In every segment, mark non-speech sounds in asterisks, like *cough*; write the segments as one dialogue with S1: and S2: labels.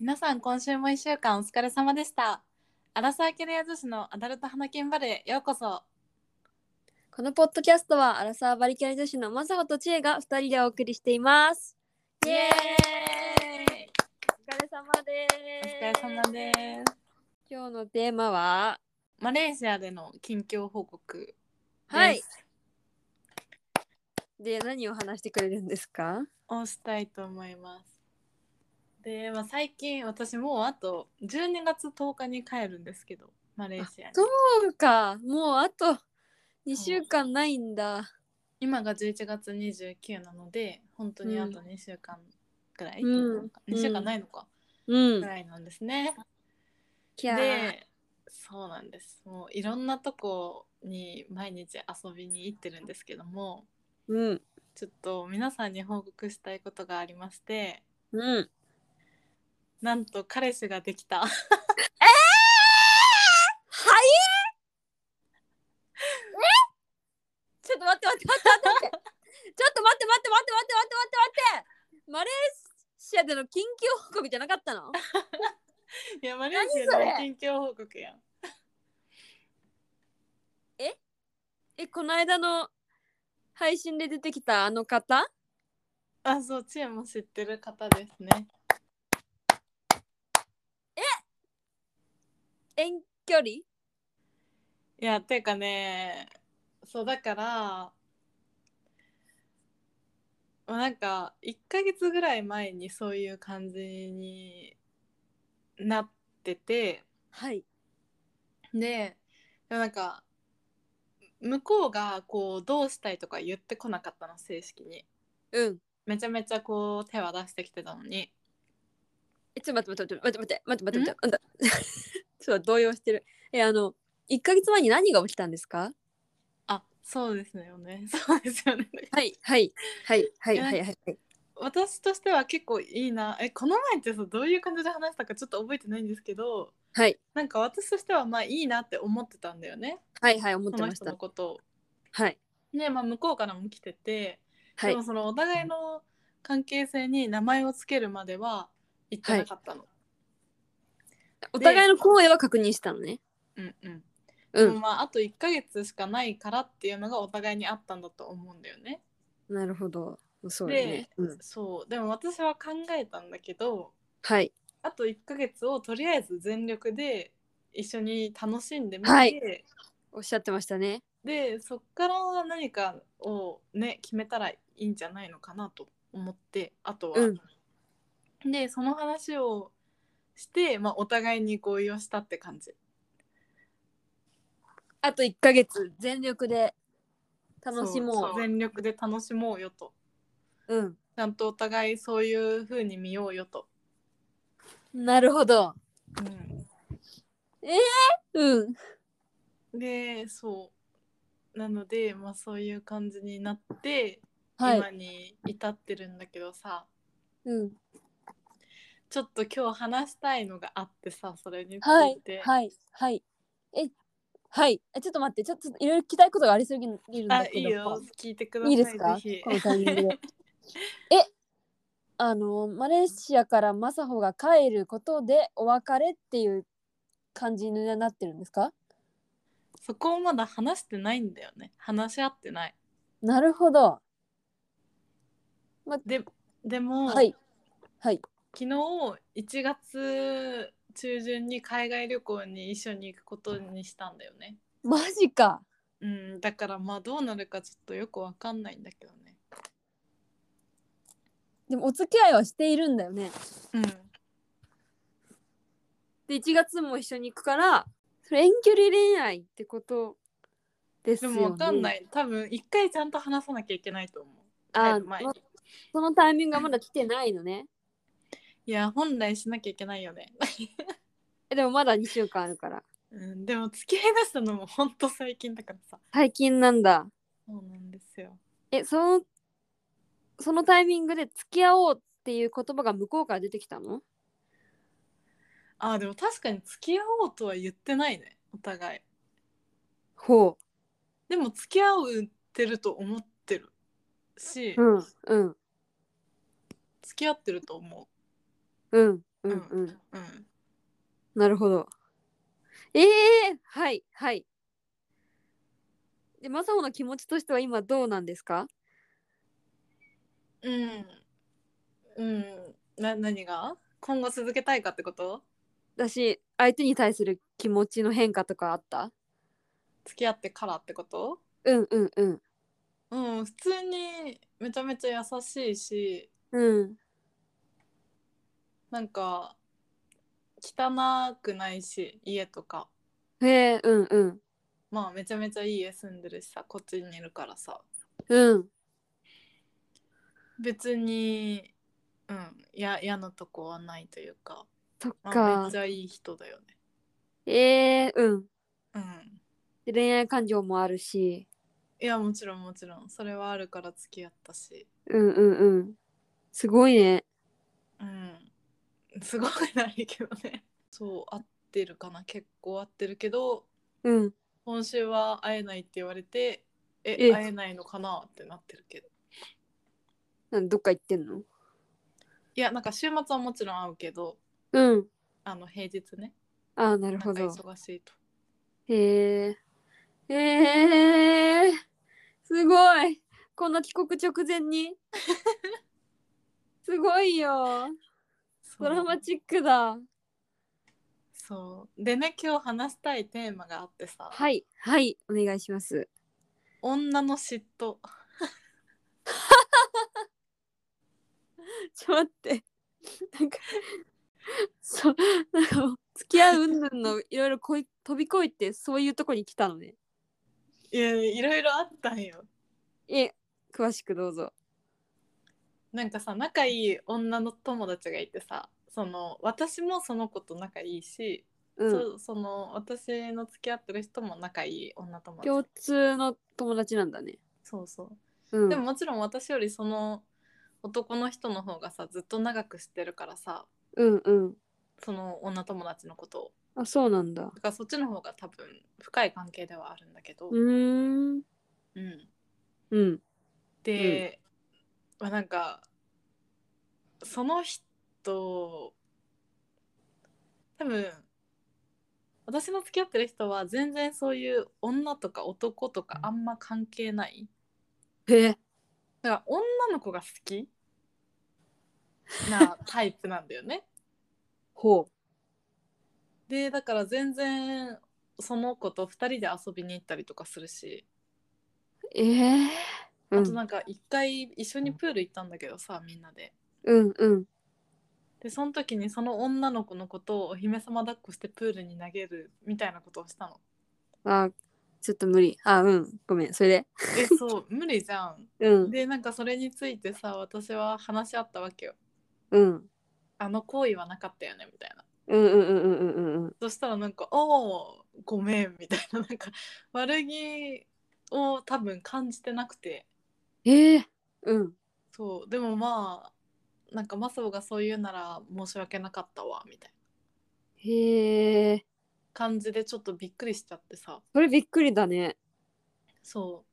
S1: 皆さん今週も一週間お疲れ様でしたアラサーキャリア女子のアダルト花金バレーへようこそ
S2: このポッドキャストはアラサーバリキャリ女子のまさほとちえが二人でお送りしています。イエーイお疲れ様
S1: お疲
S2: で
S1: れ
S2: す。
S1: 様です
S2: 今日のテーマは
S1: マレーシアでの近況報告です
S2: はいで何を話してくれるんですか？
S1: をしたいと思いますで、まあ、最近私もうあと12月10日に帰るんですけどマレーシアに
S2: そうか、もうあと二週間ないんだ。
S1: 今が11月29なので本当にあと2週間くらい、
S2: うん
S1: 2週間ないのか、
S2: うん
S1: く。らいなんですね、
S2: キャー。
S1: でそうなんですもういろんなとこに毎日遊びに行ってるんですけども
S2: うん
S1: ちょっと皆さんに報告したいことがありまして
S2: うん。
S1: なんと彼氏ができた *laughs*
S2: はい。え？ちょっと待って待って待って待って待 *laughs* って。ちょっと待って待って待って待って待って待って待って。マレーシアでの緊急報告じゃなかったの？
S1: いやマレーシアの
S2: 何
S1: 近況報告やん
S2: えこの間の配信で出てきたあの方
S1: あそう知恵も知ってる方ですね
S2: 遠距離
S1: いやていうかねそうだからまあなんか1ヶ月ぐらい前にそういう感じになってて
S2: はい
S1: ででもなんか向こうがこうどうしたいとか言ってこなかったの正式に
S2: うん
S1: めちゃめちゃこう手は出してきてたのに
S2: えちょっと待って待って待って待って待って待って待って待って *laughs* ちょっと動揺してるえあの1ヶ月前に何が起きたんですか
S1: あそうですよね *laughs* そうですよね
S2: はいはいはいはい
S1: いや
S2: はいはいはい
S1: 私としては結構いいなえこの前ってさどういう感じで話したかちょっと覚えてないんですけど
S2: はい
S1: なんか私としてはまあいいなって思ってたんだよね
S2: はいはい思っ
S1: そ
S2: て
S1: の
S2: まし
S1: 人
S2: た
S1: のことを。
S2: はい
S1: ねまあ向こうからも来てて、
S2: はい
S1: でもそのお互いの関係性に名前をつけるまでは言ってなかったの。
S2: お互いの行為は確認したのね
S1: うんうん
S2: う
S1: でも
S2: ん
S1: まああと1ヶ月しかないからっていうのがお互いにあったんだと思うんだよね。
S2: なるほどそうだね、うん、
S1: そうでも私は考えたんだけど
S2: はい
S1: あと1ヶ月をとりあえず全力で一緒に楽しんでみて、
S2: はいおっしゃってましたね
S1: でそっから何かをね決めたらいいんじゃないのかなと思ってあとは。でその話をして、まあ、お互いに合意をしたって感じ。
S2: あと1ヶ月全力で楽しもう
S1: そそ全力で楽しもうよと。
S2: うん
S1: ちゃんとお互いそういう風に見ようよと。
S2: なるほどうん
S1: でそうなので、まあ、そういう感じになって、
S2: はい
S1: 今に至ってるんだけどさ
S2: うん
S1: ちょっと今日話したいのがあってさそれにつ
S2: はいい
S1: て。
S2: はいはいえはいえちょっと待ってちょっといろいろ聞きたいことがありすぎるん
S1: あ
S2: だ
S1: い
S2: けど
S1: いよ聞いてください
S2: いいですか
S1: ぜひ
S2: このタイミングで *laughs* えあのマレーシアからマサホが帰ることでお別れっていう感じになってるんですか
S1: そこをまだ話してないんだよね話し合ってない。
S2: なるほど
S1: ででも、
S2: はいはい
S1: 昨日1月中旬に海外旅行に一緒に行くことにしたんだよね。
S2: マジか
S1: うん、だからまあどうなるかちょっとよくわかんないんだけどね。
S2: でもお付き合いはしているんだよね
S1: うん、
S2: で1月も一緒に行くからそれ遠距離恋愛ってことです
S1: で
S2: よね
S1: もわかんない。多分一回ちゃんと話さなきゃいけないと思う。
S2: あ
S1: 帰る前に
S2: ま。そのタイミングがまだ来てないのね
S1: いや、本来しなきゃいけないよね。 *laughs*
S2: えでもまだ2週間あるから
S1: うん、でも付き合いだしたのもほんと最近だからさ。
S2: 最近なんだ
S1: そうなんですよ。
S2: えそのそのタイミングで付き合おうっていう言葉が向こうから出てきたの
S1: あーでも確かに付き合おうとは言ってないね、お互い。
S2: ほ
S1: でも付き合うってると思ってるし、
S2: うんうん
S1: 付き合ってると思う。
S2: うんうんうん。
S1: うん
S2: なるほど。ええはいはい。で、マサオの気持ちとしては今どうなんですか
S1: うんうんな何が今後続けたいかってこと
S2: だし、相手に対する気持ちの変化とかあった
S1: 付き合ってからってこと
S2: うんうんうん。
S1: うん普通にめちゃめちゃ優しいし
S2: うん。
S1: なんか汚くないし家とか
S2: へえ、うんうん。
S1: まあめちゃめちゃいい家住んでるしさこっちにいるからさ
S2: うん。
S1: 別にうんや嫌なとこはないというか、
S2: そっ
S1: まあ、め
S2: か
S1: っち。ゃいい人だよね
S2: ええうん。
S1: うん
S2: で恋愛感情もあるし。
S1: いやもちろんもちろんそれはあるから付き合ったし
S2: うんうんうん。すごいね。
S1: うんすごいないけどねそう合ってるかな結構合ってるけど
S2: うん。
S1: 今週は会えないって言われてえ
S2: え
S1: 会えないのかなってなってるけど
S2: なんどっか行ってんの
S1: いやなんか週末はもちろん会うけど
S2: うん。
S1: あの平日ね
S2: ああ、なる
S1: な
S2: ほ
S1: んか
S2: ど。
S1: 忙しいと
S2: へえ。えー、すごい。こんな帰国直前 *laughs* に。すごいよ。
S1: そう
S2: ドラマチックだ。
S1: そうでね今日話したいテーマがあってさ、
S2: はい、はい、お願いします。
S1: 女の嫉妬
S2: ちょっと待って。なんか、そう、なんかもう、付き合う云々のいろいろこい飛び越えて、そういうとこに来たのね。
S1: *laughs* いやいろいろあったんよ
S2: え、詳しくどうぞ。
S1: なんかさ仲いい女の友達がいてさその私もその子と仲いいし、
S2: うん。
S1: そその私の付き合ってる人も仲いい女友達
S2: 共通の友達なんだね。
S1: そうそう、
S2: うん。
S1: でも、もちろん私よりその男の人の方がさずっと長くしてるからさ
S2: うんうん。
S1: その女友達のことを
S2: あ、そうなんだ。
S1: だからそっちの方が多分深い関係ではあるんだけど、
S2: うーん。
S1: うん
S2: うん。
S1: で、まあなんかその人多分私の付き合ってる人は全然そういう女とか男とかあんま関係ない
S2: へえ。
S1: だから女の子が好きなタイプなんだよね
S2: ほう。
S1: でだから全然その子と2人で遊びに行ったりとかするし、
S2: ええ
S1: あとなんか1回一緒にプール行ったんだけどさみんなで
S2: うんうん
S1: でその時にその女の子のことをお姫様抱っこしてプールに投げるみたいなことをしたの。
S2: うんあちょっと無理あうんごめんそれで
S1: えそう無理じゃん。
S2: うん
S1: でなんかそれについてさ私は話し合ったわけよ。
S2: うん
S1: あの行為はなかったよねみたいな。
S2: うんうんうんうんうんうんうん
S1: そしたらなんか「おおごめん」みたいななんか悪気を多分感じてなくて
S2: ええうん
S1: そうでもまあなんかマサオがそう言うなら申し訳なかったわみたいな
S2: へえ
S1: 感じでちょっとびっくりしちゃってさ。
S2: それびっくりだね
S1: そ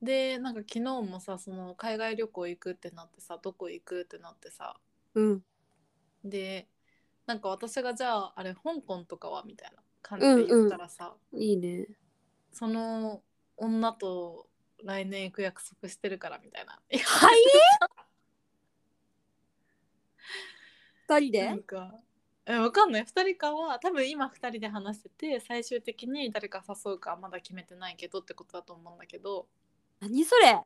S1: うでなんか昨日もさその海外旅行行くってなってさどこ行くってなってさ
S2: うん
S1: でなんか私がじゃああれ香港とかはみたいな感じで言ったらさ、
S2: いいね
S1: その女と来年行く約束してるからみたいな。い
S2: はい二人
S1: やな
S2: で
S1: んかえわかんない2人かは多分今2人で話してて最終的に誰か誘うかはまだ決めてないけどってことだと思うんだけど
S2: 何それ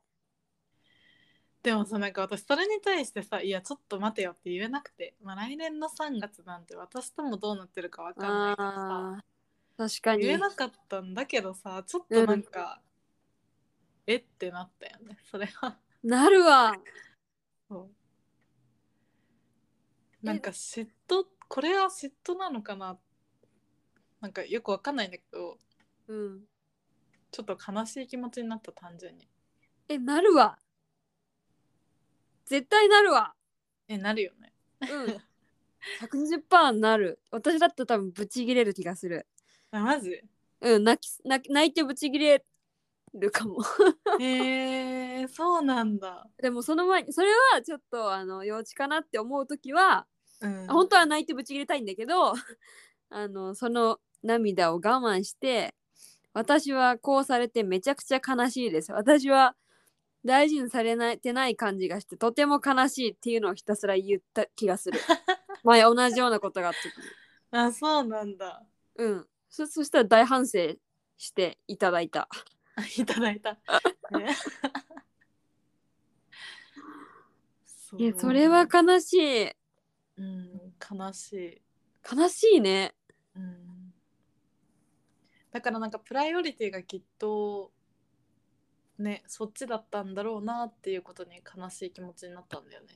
S1: でもさなんか私それに対してさ「いやちょっと待てよ」って言えなくて、まあ、来年の3月なんて私ともどうなってるか分かんないからさ
S2: あー確かに
S1: 言えなかったんだけどさちょっとなんか、えってなったよねそれは
S2: なるわ
S1: そうなんか嫉妬これは嫉妬なのかななんかよく分かんないんだけど
S2: うん
S1: ちょっと悲しい気持ちになった単純に
S2: えなるわ絶対なるわ
S1: えなるよね
S2: うん120%なる私だったら多分ブチギレる気がする
S1: あマ
S2: *laughs*
S1: ジ
S2: うん、泣き泣き泣いてぶち切れるかも。
S1: へえそうなんだ
S2: でもその前にそれはちょっとあの幼稚かなって思う時は
S1: うん、
S2: 本当は泣いてぶち切れたいんだけど *laughs* あのその涙を我慢して私はこうされてめちゃくちゃ悲しいです私は大事にされないてない感じがしてとても悲しいっていうのをひたすら言った気がす *laughs* る前同じようなことがあった時
S1: あそうなんだ
S2: うんそそしたら大反省していただいた
S1: あいただ
S2: *laughs*
S1: いた、ねそう
S2: いやそれは悲しい
S1: うん悲しい、
S2: 悲しいね
S1: うん、だからなんかプライオリティがきっとねそっちだったんだろうなっていうことに悲しい気持ちになったんだよね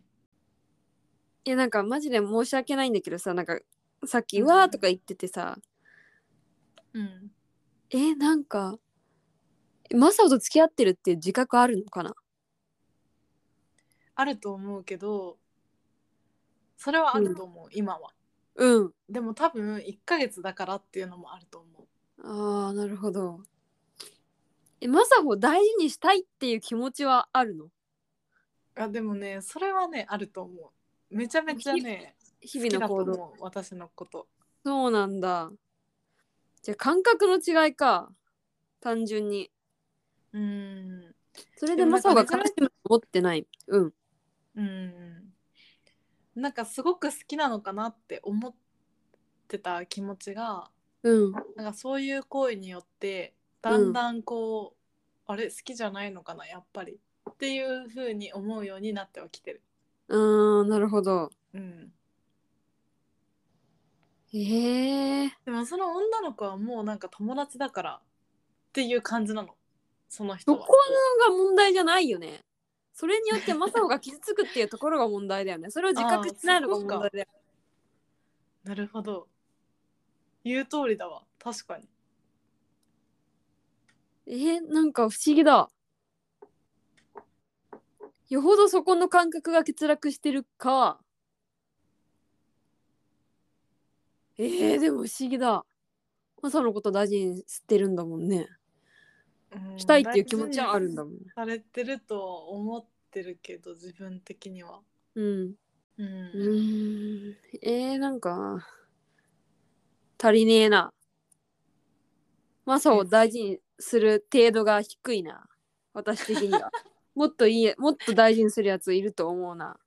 S2: いやなんかマジで申し訳ないんだけどさなんかさっき「
S1: うん
S2: わ」とか言っててさ、
S1: うん
S2: えなんかマサオと付き合ってるっていう自覚あるのかな
S1: あると思うけどそれはあると思う、今は
S2: うん
S1: でも多分1ヶ月だからっていうのもあると思う
S2: あーなるほどえマサホ大事にしたいっていう気持ちはあるの
S1: あでもねそれはねあると思うめちゃめちゃね
S2: 日々の行
S1: 好きだ
S2: 動
S1: と思う私のこと
S2: そうなんだじゃあ感覚の違いか単純に
S1: うん
S2: それ
S1: で
S2: で
S1: もな
S2: マ
S1: んか
S2: サオが悲しむと思ってないうん
S1: うんなんかすごく好きなのかなって思ってた気持ちが
S2: うん
S1: なんかそういう行為によってだんだんこう、あれ好きじゃないのかなやっぱりっていう風に思うようになってはきてる。
S2: あーなるほど
S1: うん、
S2: へえー、
S1: でもその女の子はもうなんか友達だからっていう感じなのその人
S2: そ
S1: は。
S2: このが問題じゃないよね。それによってマサオが傷つくっていうところが問題だよね。それを自覚してないのが問題だよ。
S1: なるほど言う通りだわ確かに。
S2: えーなんか不思議だ。よほどそこの感覚が欠落してるか。えー、でも不思議だ。マサオのこと大事にしてるんだもんね。
S1: うん
S2: したいっていう気持ちはあるんだ
S1: 大
S2: もんね。
S1: 事にされてるとは思ってるけど自分的には。
S2: うん。
S1: う、
S2: うんーん。えー、なんか、足りねえな。マサを大事にする程度が低いな。私的には。もっといい、もっと大事にするやついると思うな。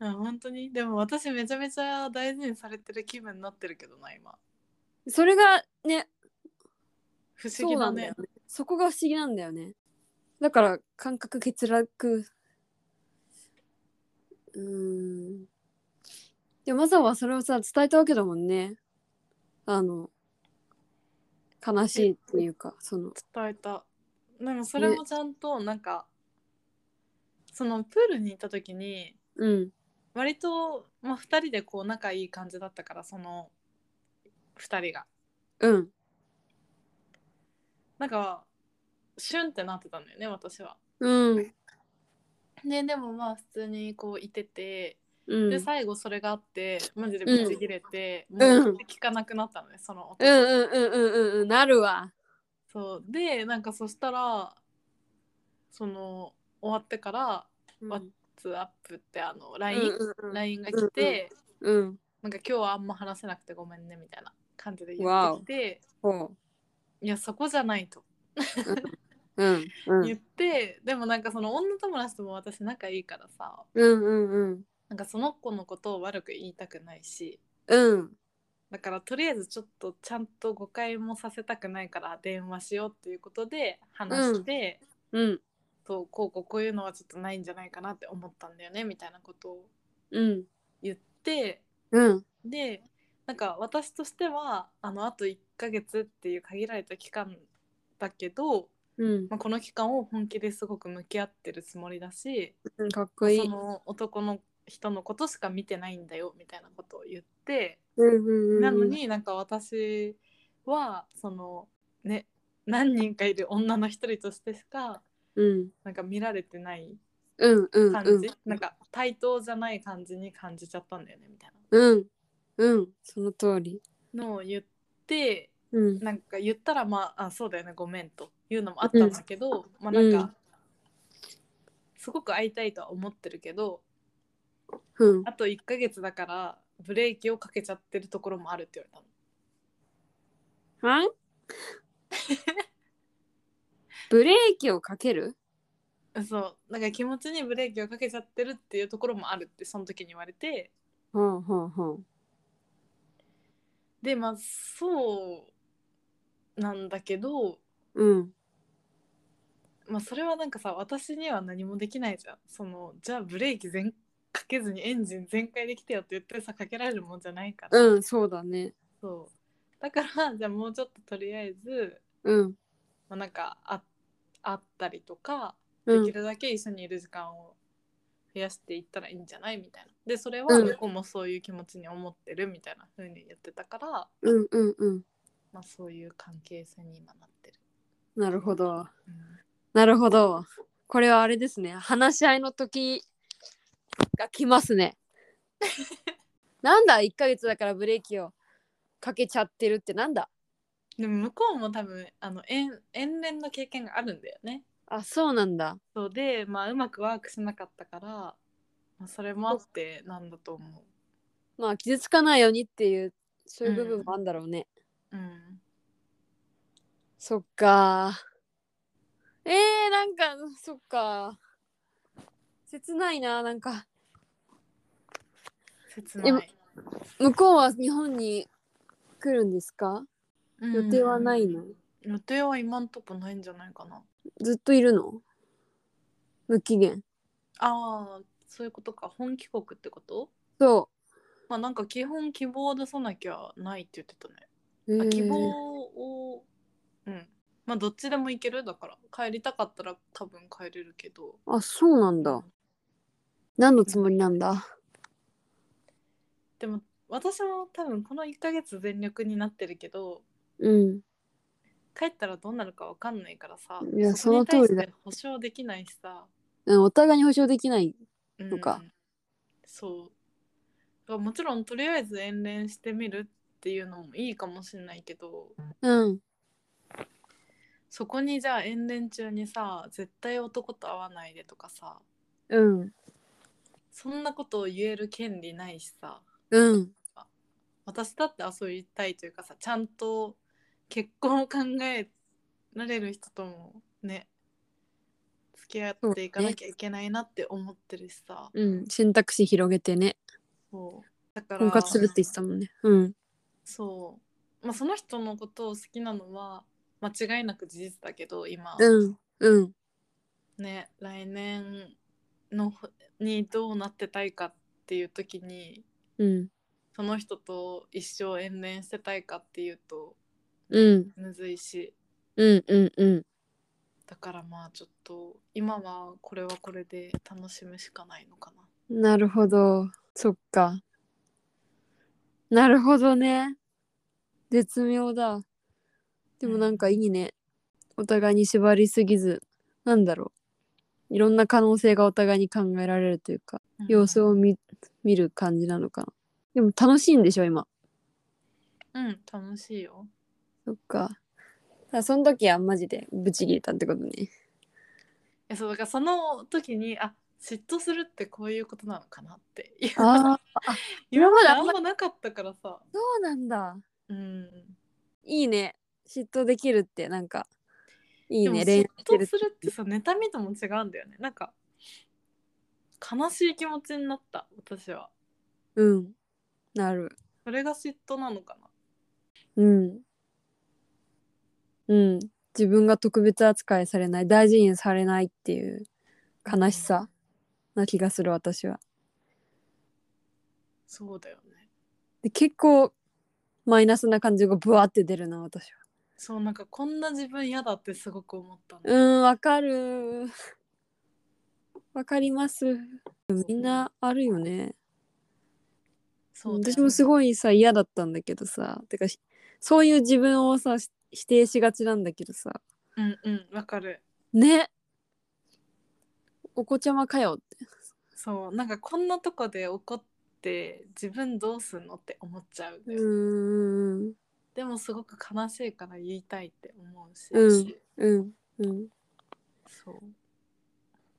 S1: あ本当にでも私めちゃめちゃ大事にされてる気分になってるけどな今
S2: それがね、
S1: 不思
S2: そ
S1: 議
S2: うな
S1: だ
S2: んだよ
S1: ね
S2: ね。そこが不思議なんだよね。だから、感覚欠落。うーん。でも、マサはそれをさ、伝えたわけだもんね。あの、悲しいっていうか、その。
S1: 伝えたでもそれもちゃんとなんか、そのプールに行った時に
S2: うん。
S1: 割と、まあ、2人でこう仲いい感じだったからその2人が
S2: うん。
S1: なんかシュンってなってたんだよね私は。
S2: うん。
S1: ででもまあ普通にこういてて
S2: うん。
S1: で最後それがあってマジでブチ切れて、
S2: ん
S1: もう聞かなくなったのねその音、
S2: うんうんうんうんうんうん。なるわ。
S1: そうでなんかそしたらその終わってから
S2: うん
S1: わ「ツーアップってあの
S2: うん
S1: LINE?、
S2: うん
S1: LINE が来て、
S2: うん。
S1: なんか今日はあんま話せなくてごめんねみたいな感じで言ってきて、
S2: ほ
S1: いやそこじゃないと
S2: う。うん。うん。
S1: 言って、でもなんかその女友達とも私仲いいからさ
S2: うんうんうん。
S1: なんかその子のことを悪く言いたくないし
S2: うん。
S1: だからとりあえずちょっとちゃんと誤解もさせたくないから電話しようっていうことで話して、
S2: うん。
S1: そうこうこうこういうのはちょっとないんじゃないかなって思ったんだよねみたいなことを
S2: うん。
S1: 言って
S2: うん。
S1: でなんか私としてはあのあと1ヶ月っていう限られた期間だけど、
S2: うん。
S1: まあ、この期間を本気ですごく向き合ってるつもりだし
S2: うん。かっこいい。
S1: そうの男の人のことしか見てないんだよみたいなことを言って。
S2: んうんうん。
S1: なの。になんか私はそのね何人かいる女の一人としてしか
S2: うん。
S1: なんか見られてない
S2: うんうん
S1: 感じ、
S2: うん。
S1: なんか対等じゃない感じに感じちゃったんだよねみたい
S2: うん。うん。その通り。
S1: なのを言って
S2: うん。
S1: なんか言ったらまああそうだよねごめんというのもあったんだけど、まあなん
S2: う
S1: かすごく会いたいとは思ってるけど
S2: うん。
S1: あと1ヶ月だからブレーキをかけちゃってるところもあるって言われたの。
S2: はんブレーキをかける
S1: そうなんか気持ちにブレーキをかけちゃってるっていうところもあるってその時に言われて
S2: ほんほんほん。
S1: でまあそうなんだけど、
S2: うん。
S1: まあ、それはなんかさ私には何もできないじゃんそのじゃあブレーキ全かけずにエンジン全開できてよって言ってさかけられるもんじゃないから、
S2: うん、そうだね。
S1: そうだからじゃあもうちょっととりあえず、
S2: うん。
S1: まあ、なんかああったりとか
S2: う
S1: で
S2: ん
S1: き。るだけ一緒にいる時間を増やしていったらいいんじゃないみたいなでそれは
S2: うん
S1: 向こうもそういう気持ちに思ってるみたいな風に言ってたから、
S2: うんうんうん。
S1: まあ、そういう関係性に今なってる、
S2: なるほど。なるほど。これはあれですね。話し合いの時が来ますね。なんだ ?1 ヶ月だからブレーキをかけちゃってるってなんだ
S1: でも向こうも多分あの遠遠恋の経験があるんだよね
S2: あ、そうなんだ。
S1: そうで、まあ、うまくワークしなかったから、まあ、それもあってなんだと思
S2: まあ、傷つかないようにっていう、そういう部分もあるんだろうね。
S1: ううん
S2: そっか。えー、なんか、そっか。切ないな、なんか。
S1: 切ない
S2: 向こうは日本に来るんですか予定はないの、
S1: うん予定は今んとこないんじゃないかな
S2: ずっといるの無期限。
S1: ああそういうことか本帰国ってこと
S2: そ
S1: まあなんか基本希望を出さなきゃないって言ってたね。
S2: う。
S1: あ
S2: えー
S1: 希望を、うん。まあどっちでも行けるだから帰りたかったら多分帰れるけど。
S2: あ、そうなんだ。何のつもりなんだ
S1: でも私も多分この1ヶ月全力になってるけど
S2: うん。
S1: 帰ったらどうなるかわかんないからさ
S2: いや
S1: こに対して
S2: その通り
S1: 保証できないしさ。
S2: うんお互いに保証できない。
S1: うん
S2: そうか
S1: そう。だからもちろんとりあえず遠恋してみるっていうのもいいかもしれないけど。
S2: うん。
S1: そこにじゃあ遠恋中にさ絶対男と会わないでとかさ
S2: うん。
S1: そんなことを言える権利ないしさ
S2: うん。
S1: 私だって遊びたいというかさちゃんと結婚を考えられる人ともね付き合っていかなきゃいけないなって思ってるしさ
S2: うん。選択肢広げてね。
S1: そうだから
S2: 婚活するって言ってたもんね。うん。
S1: そう、まあ、その人のことを好きなのは間違いなく事実だけど今、
S2: うん。うん。
S1: ね来年のほにどうなってたいかっていう時に
S2: うん。
S1: その人と一生延恋してたいかっていうと
S2: うん。
S1: むずいし
S2: うん。うん。うん。
S1: だからまあちょっと今はこれはこれで楽しむしかないのかな。
S2: なるほど。そっか。なるほどね。絶妙だ。でもなんかいいね。お互いに縛りすぎず、なんだろう。いろんな可能性がお互いに考えられるというか、
S1: うん
S2: 様子を見見る感じなのかな。でも楽しいんでしょ、今。
S1: うん楽しいよ。
S2: そっか。あその時はマジでブチ切れたってことね。
S1: えそうだからその時にあ嫉妬するってこういうことなのかなって *laughs* いや
S2: ああ、
S1: 今まで
S2: 今まであ
S1: あ
S2: ん
S1: ん
S2: ま
S1: まなかったからさ。
S2: *laughs* そうなんだ。
S1: うん、
S2: いいね。嫉妬できるって、なんか。いい
S1: でも
S2: ね、
S1: 嫉
S2: して
S1: 妬するってさ妬みとも違うんだよねなんか悲しい気持ちになった私は
S2: うん。なる。
S1: それが嫉妬なのかな
S2: うん。うん。自分が特別扱いされない、大事にされないっていう悲しさな気がする、私は。
S1: そうだよね
S2: で結構、マイナスな感じがブワーって出るな、私は。
S1: そうなんかこんな自分嫌だってすごく思ったの、
S2: うーん、わかる。わかります。みんなあるよね。
S1: そうだよね
S2: 私もすごいさ、嫌だったんだけどさ。てか、しそういう自分をさ、し否定しがちなんだけどさ。
S1: うんうんわかる
S2: ねお子ちゃまかよって。
S1: そうなんかこんなとこで怒って自分どうすんのって思っちゃうんだよ、
S2: うん。
S1: でもすごく悲しいから言いたいって思うし、
S2: うんうん。うん。
S1: そ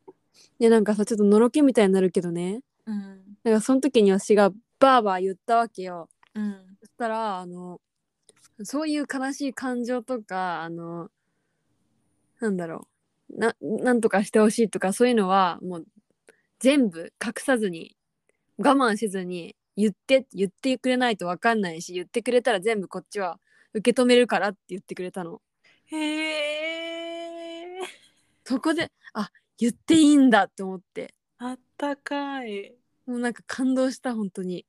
S1: う
S2: で、なんかさ、ちょっとのろけみたいになるけどね。
S1: うん
S2: なんかその時に私がバーバー言ったわけよ。
S1: うん
S2: そしたらあのそういう悲しい感情とかあのなんだろうななんとかしてほしいとかそういうのはもう全部隠さずに我慢せずに言って言ってくれないと分かんないし言ってくれたら全部こっちは受け止めるからって言ってくれたの。
S1: へえ
S2: そこであ言っていいんだって思って
S1: あったかい
S2: もうなんか感動した本当に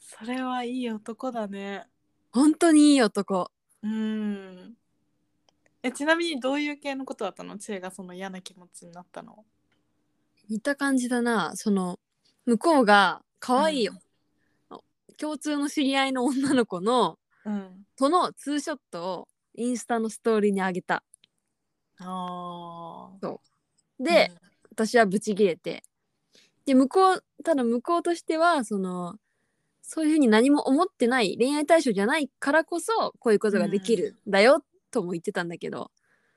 S1: それはいい男だね
S2: 本当にいい男
S1: うんえちなみにどういう系のことだったの知恵がその嫌な気持ちになったの
S2: 似た感じだなその向こうが可愛いよ
S1: う、
S2: 共通の知り合いの女の子の
S1: うん
S2: そのツーショットをインスタのストーリーにあげた
S1: あー
S2: で、、私はブチギレてで向こうただ向こうとしてはそのそういうふうに何も思ってない恋愛対象じゃないからこそこういうことができるんだよ、とも言ってたんだけど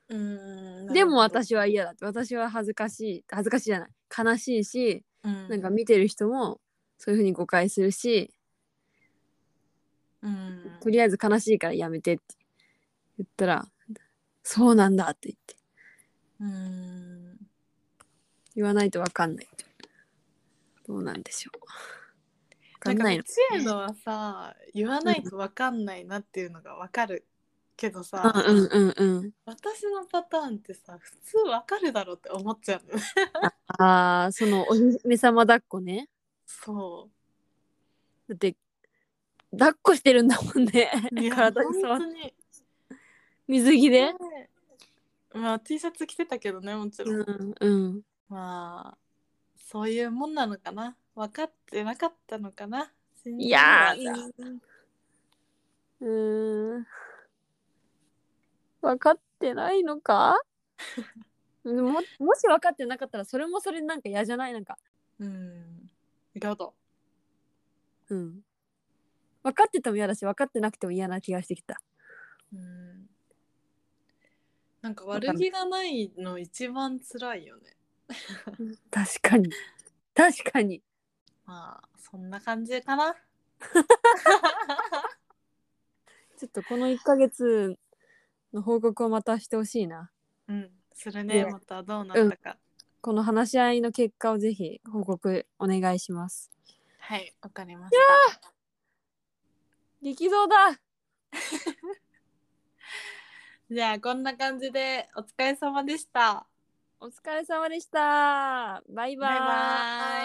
S1: うんうん
S2: でも、私は嫌だって私は恥ずかしい恥ずかしいじゃない悲しいし
S1: うん、
S2: なんか見てる人もそういうふうに誤解するし、
S1: うん、
S2: とりあえず悲しいからやめてって言ったら「そうなんだ」って言って
S1: うん
S2: 言わないとわかんないどうなんでしょうわか
S1: なん
S2: ん
S1: か
S2: ない
S1: ね
S2: の
S1: 知恵のはさ言わないと分かんないなっていうのが分かるけどさ、
S2: うんうんうんうん
S1: 私のパターンってさ普通分かるだろうって思っちゃうのね
S2: ああそのお姫様抱っこね
S1: *laughs* そ
S2: だって抱っこしてるんだもんね
S1: ういや
S2: 体に触っ
S1: 本当に
S2: 水着で
S1: ねまあ T シャツ着てたけどねもちろん、
S2: うんうん
S1: まあそういうもんなのかな分かってなかったのかな信じ
S2: いやー
S1: られないう
S2: ーん分かってないのか *laughs* ももし分かってなかったらそれもそれでなんか嫌じゃないなんか、
S1: うんやだ
S2: うん、分かってても嫌だし分かってなくても嫌な気がしてきた
S1: うんなんか悪気がないの一番辛いよね
S2: 確かに確かに
S1: まあそんな感じかな
S2: ちょっとこの1ヶ月の報告をまたしてほしいな
S1: うんする
S2: い
S1: ね
S2: や
S1: またどうなったか、
S2: この話し合いの結果をぜひ報告お願いします
S1: はいわかりました
S2: 激動だ
S1: じゃあこんな感じでお疲れ様でした
S2: お疲れ様でしたバイバイ
S1: バイバイ